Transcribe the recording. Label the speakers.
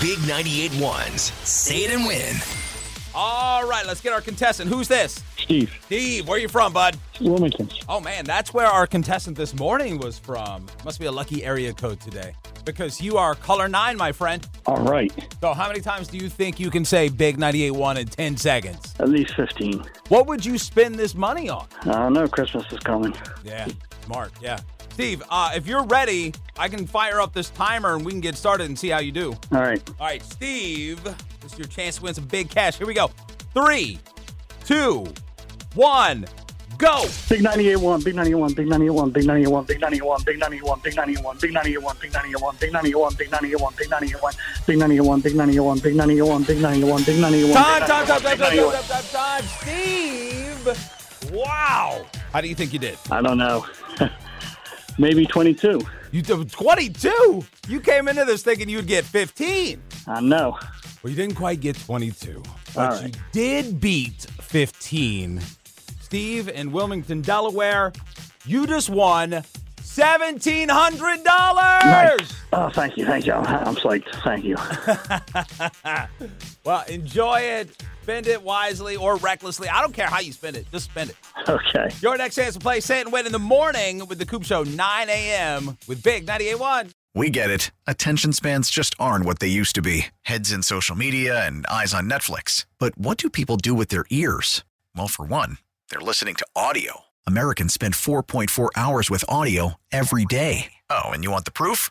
Speaker 1: Big 98 ones. Say it and win.
Speaker 2: All right, let's get our contestant. Who's this?
Speaker 3: Steve,
Speaker 2: Steve, where you from, bud?
Speaker 3: Wilmington.
Speaker 2: Oh man, that's where our contestant this morning was from. Must be a lucky area code today. Because you are color nine, my friend.
Speaker 3: All right.
Speaker 2: So how many times do you think you can say big 98-1 in 10 seconds?
Speaker 3: At least 15.
Speaker 2: What would you spend this money on?
Speaker 3: I don't know. Christmas is coming.
Speaker 2: Yeah, smart, yeah. Steve, uh, if you're ready, I can fire up this timer and we can get started and see how you do.
Speaker 3: All right.
Speaker 2: All right, Steve, this is your chance to win some big cash. Here we go. Three, two, one, go.
Speaker 3: Big 981, Big 91, Big 91, Big 91, Big 91, Big 91, Big 91, Big 91, Big 91, Big 91, Big 91, Big 91, Big 91, Big 91, Big 91, Big 91, Big 91.
Speaker 2: Time, time, time, time, time, time, time, time, Steve. Wow. How do you think you did?
Speaker 3: I don't know. Maybe 22.
Speaker 2: You did 22. You came into this thinking you'd get 15.
Speaker 3: I know.
Speaker 2: Well, you didn't quite get 22,
Speaker 3: All
Speaker 2: but
Speaker 3: right.
Speaker 2: you did beat 15. Steve in Wilmington, Delaware, you just won $1,700.
Speaker 3: Nice. Oh, thank you. Thank you. I'm psyched. Thank you.
Speaker 2: Well, enjoy it, spend it wisely or recklessly. I don't care how you spend it, just spend it.
Speaker 3: Okay.
Speaker 2: Your next chance to play Say It and Win in the morning with the Coop Show, 9 a.m. with Big 98.1.
Speaker 1: We get it. Attention spans just aren't what they used to be heads in social media and eyes on Netflix. But what do people do with their ears? Well, for one, they're listening to audio. Americans spend 4.4 hours with audio every day. Oh, and you want the proof?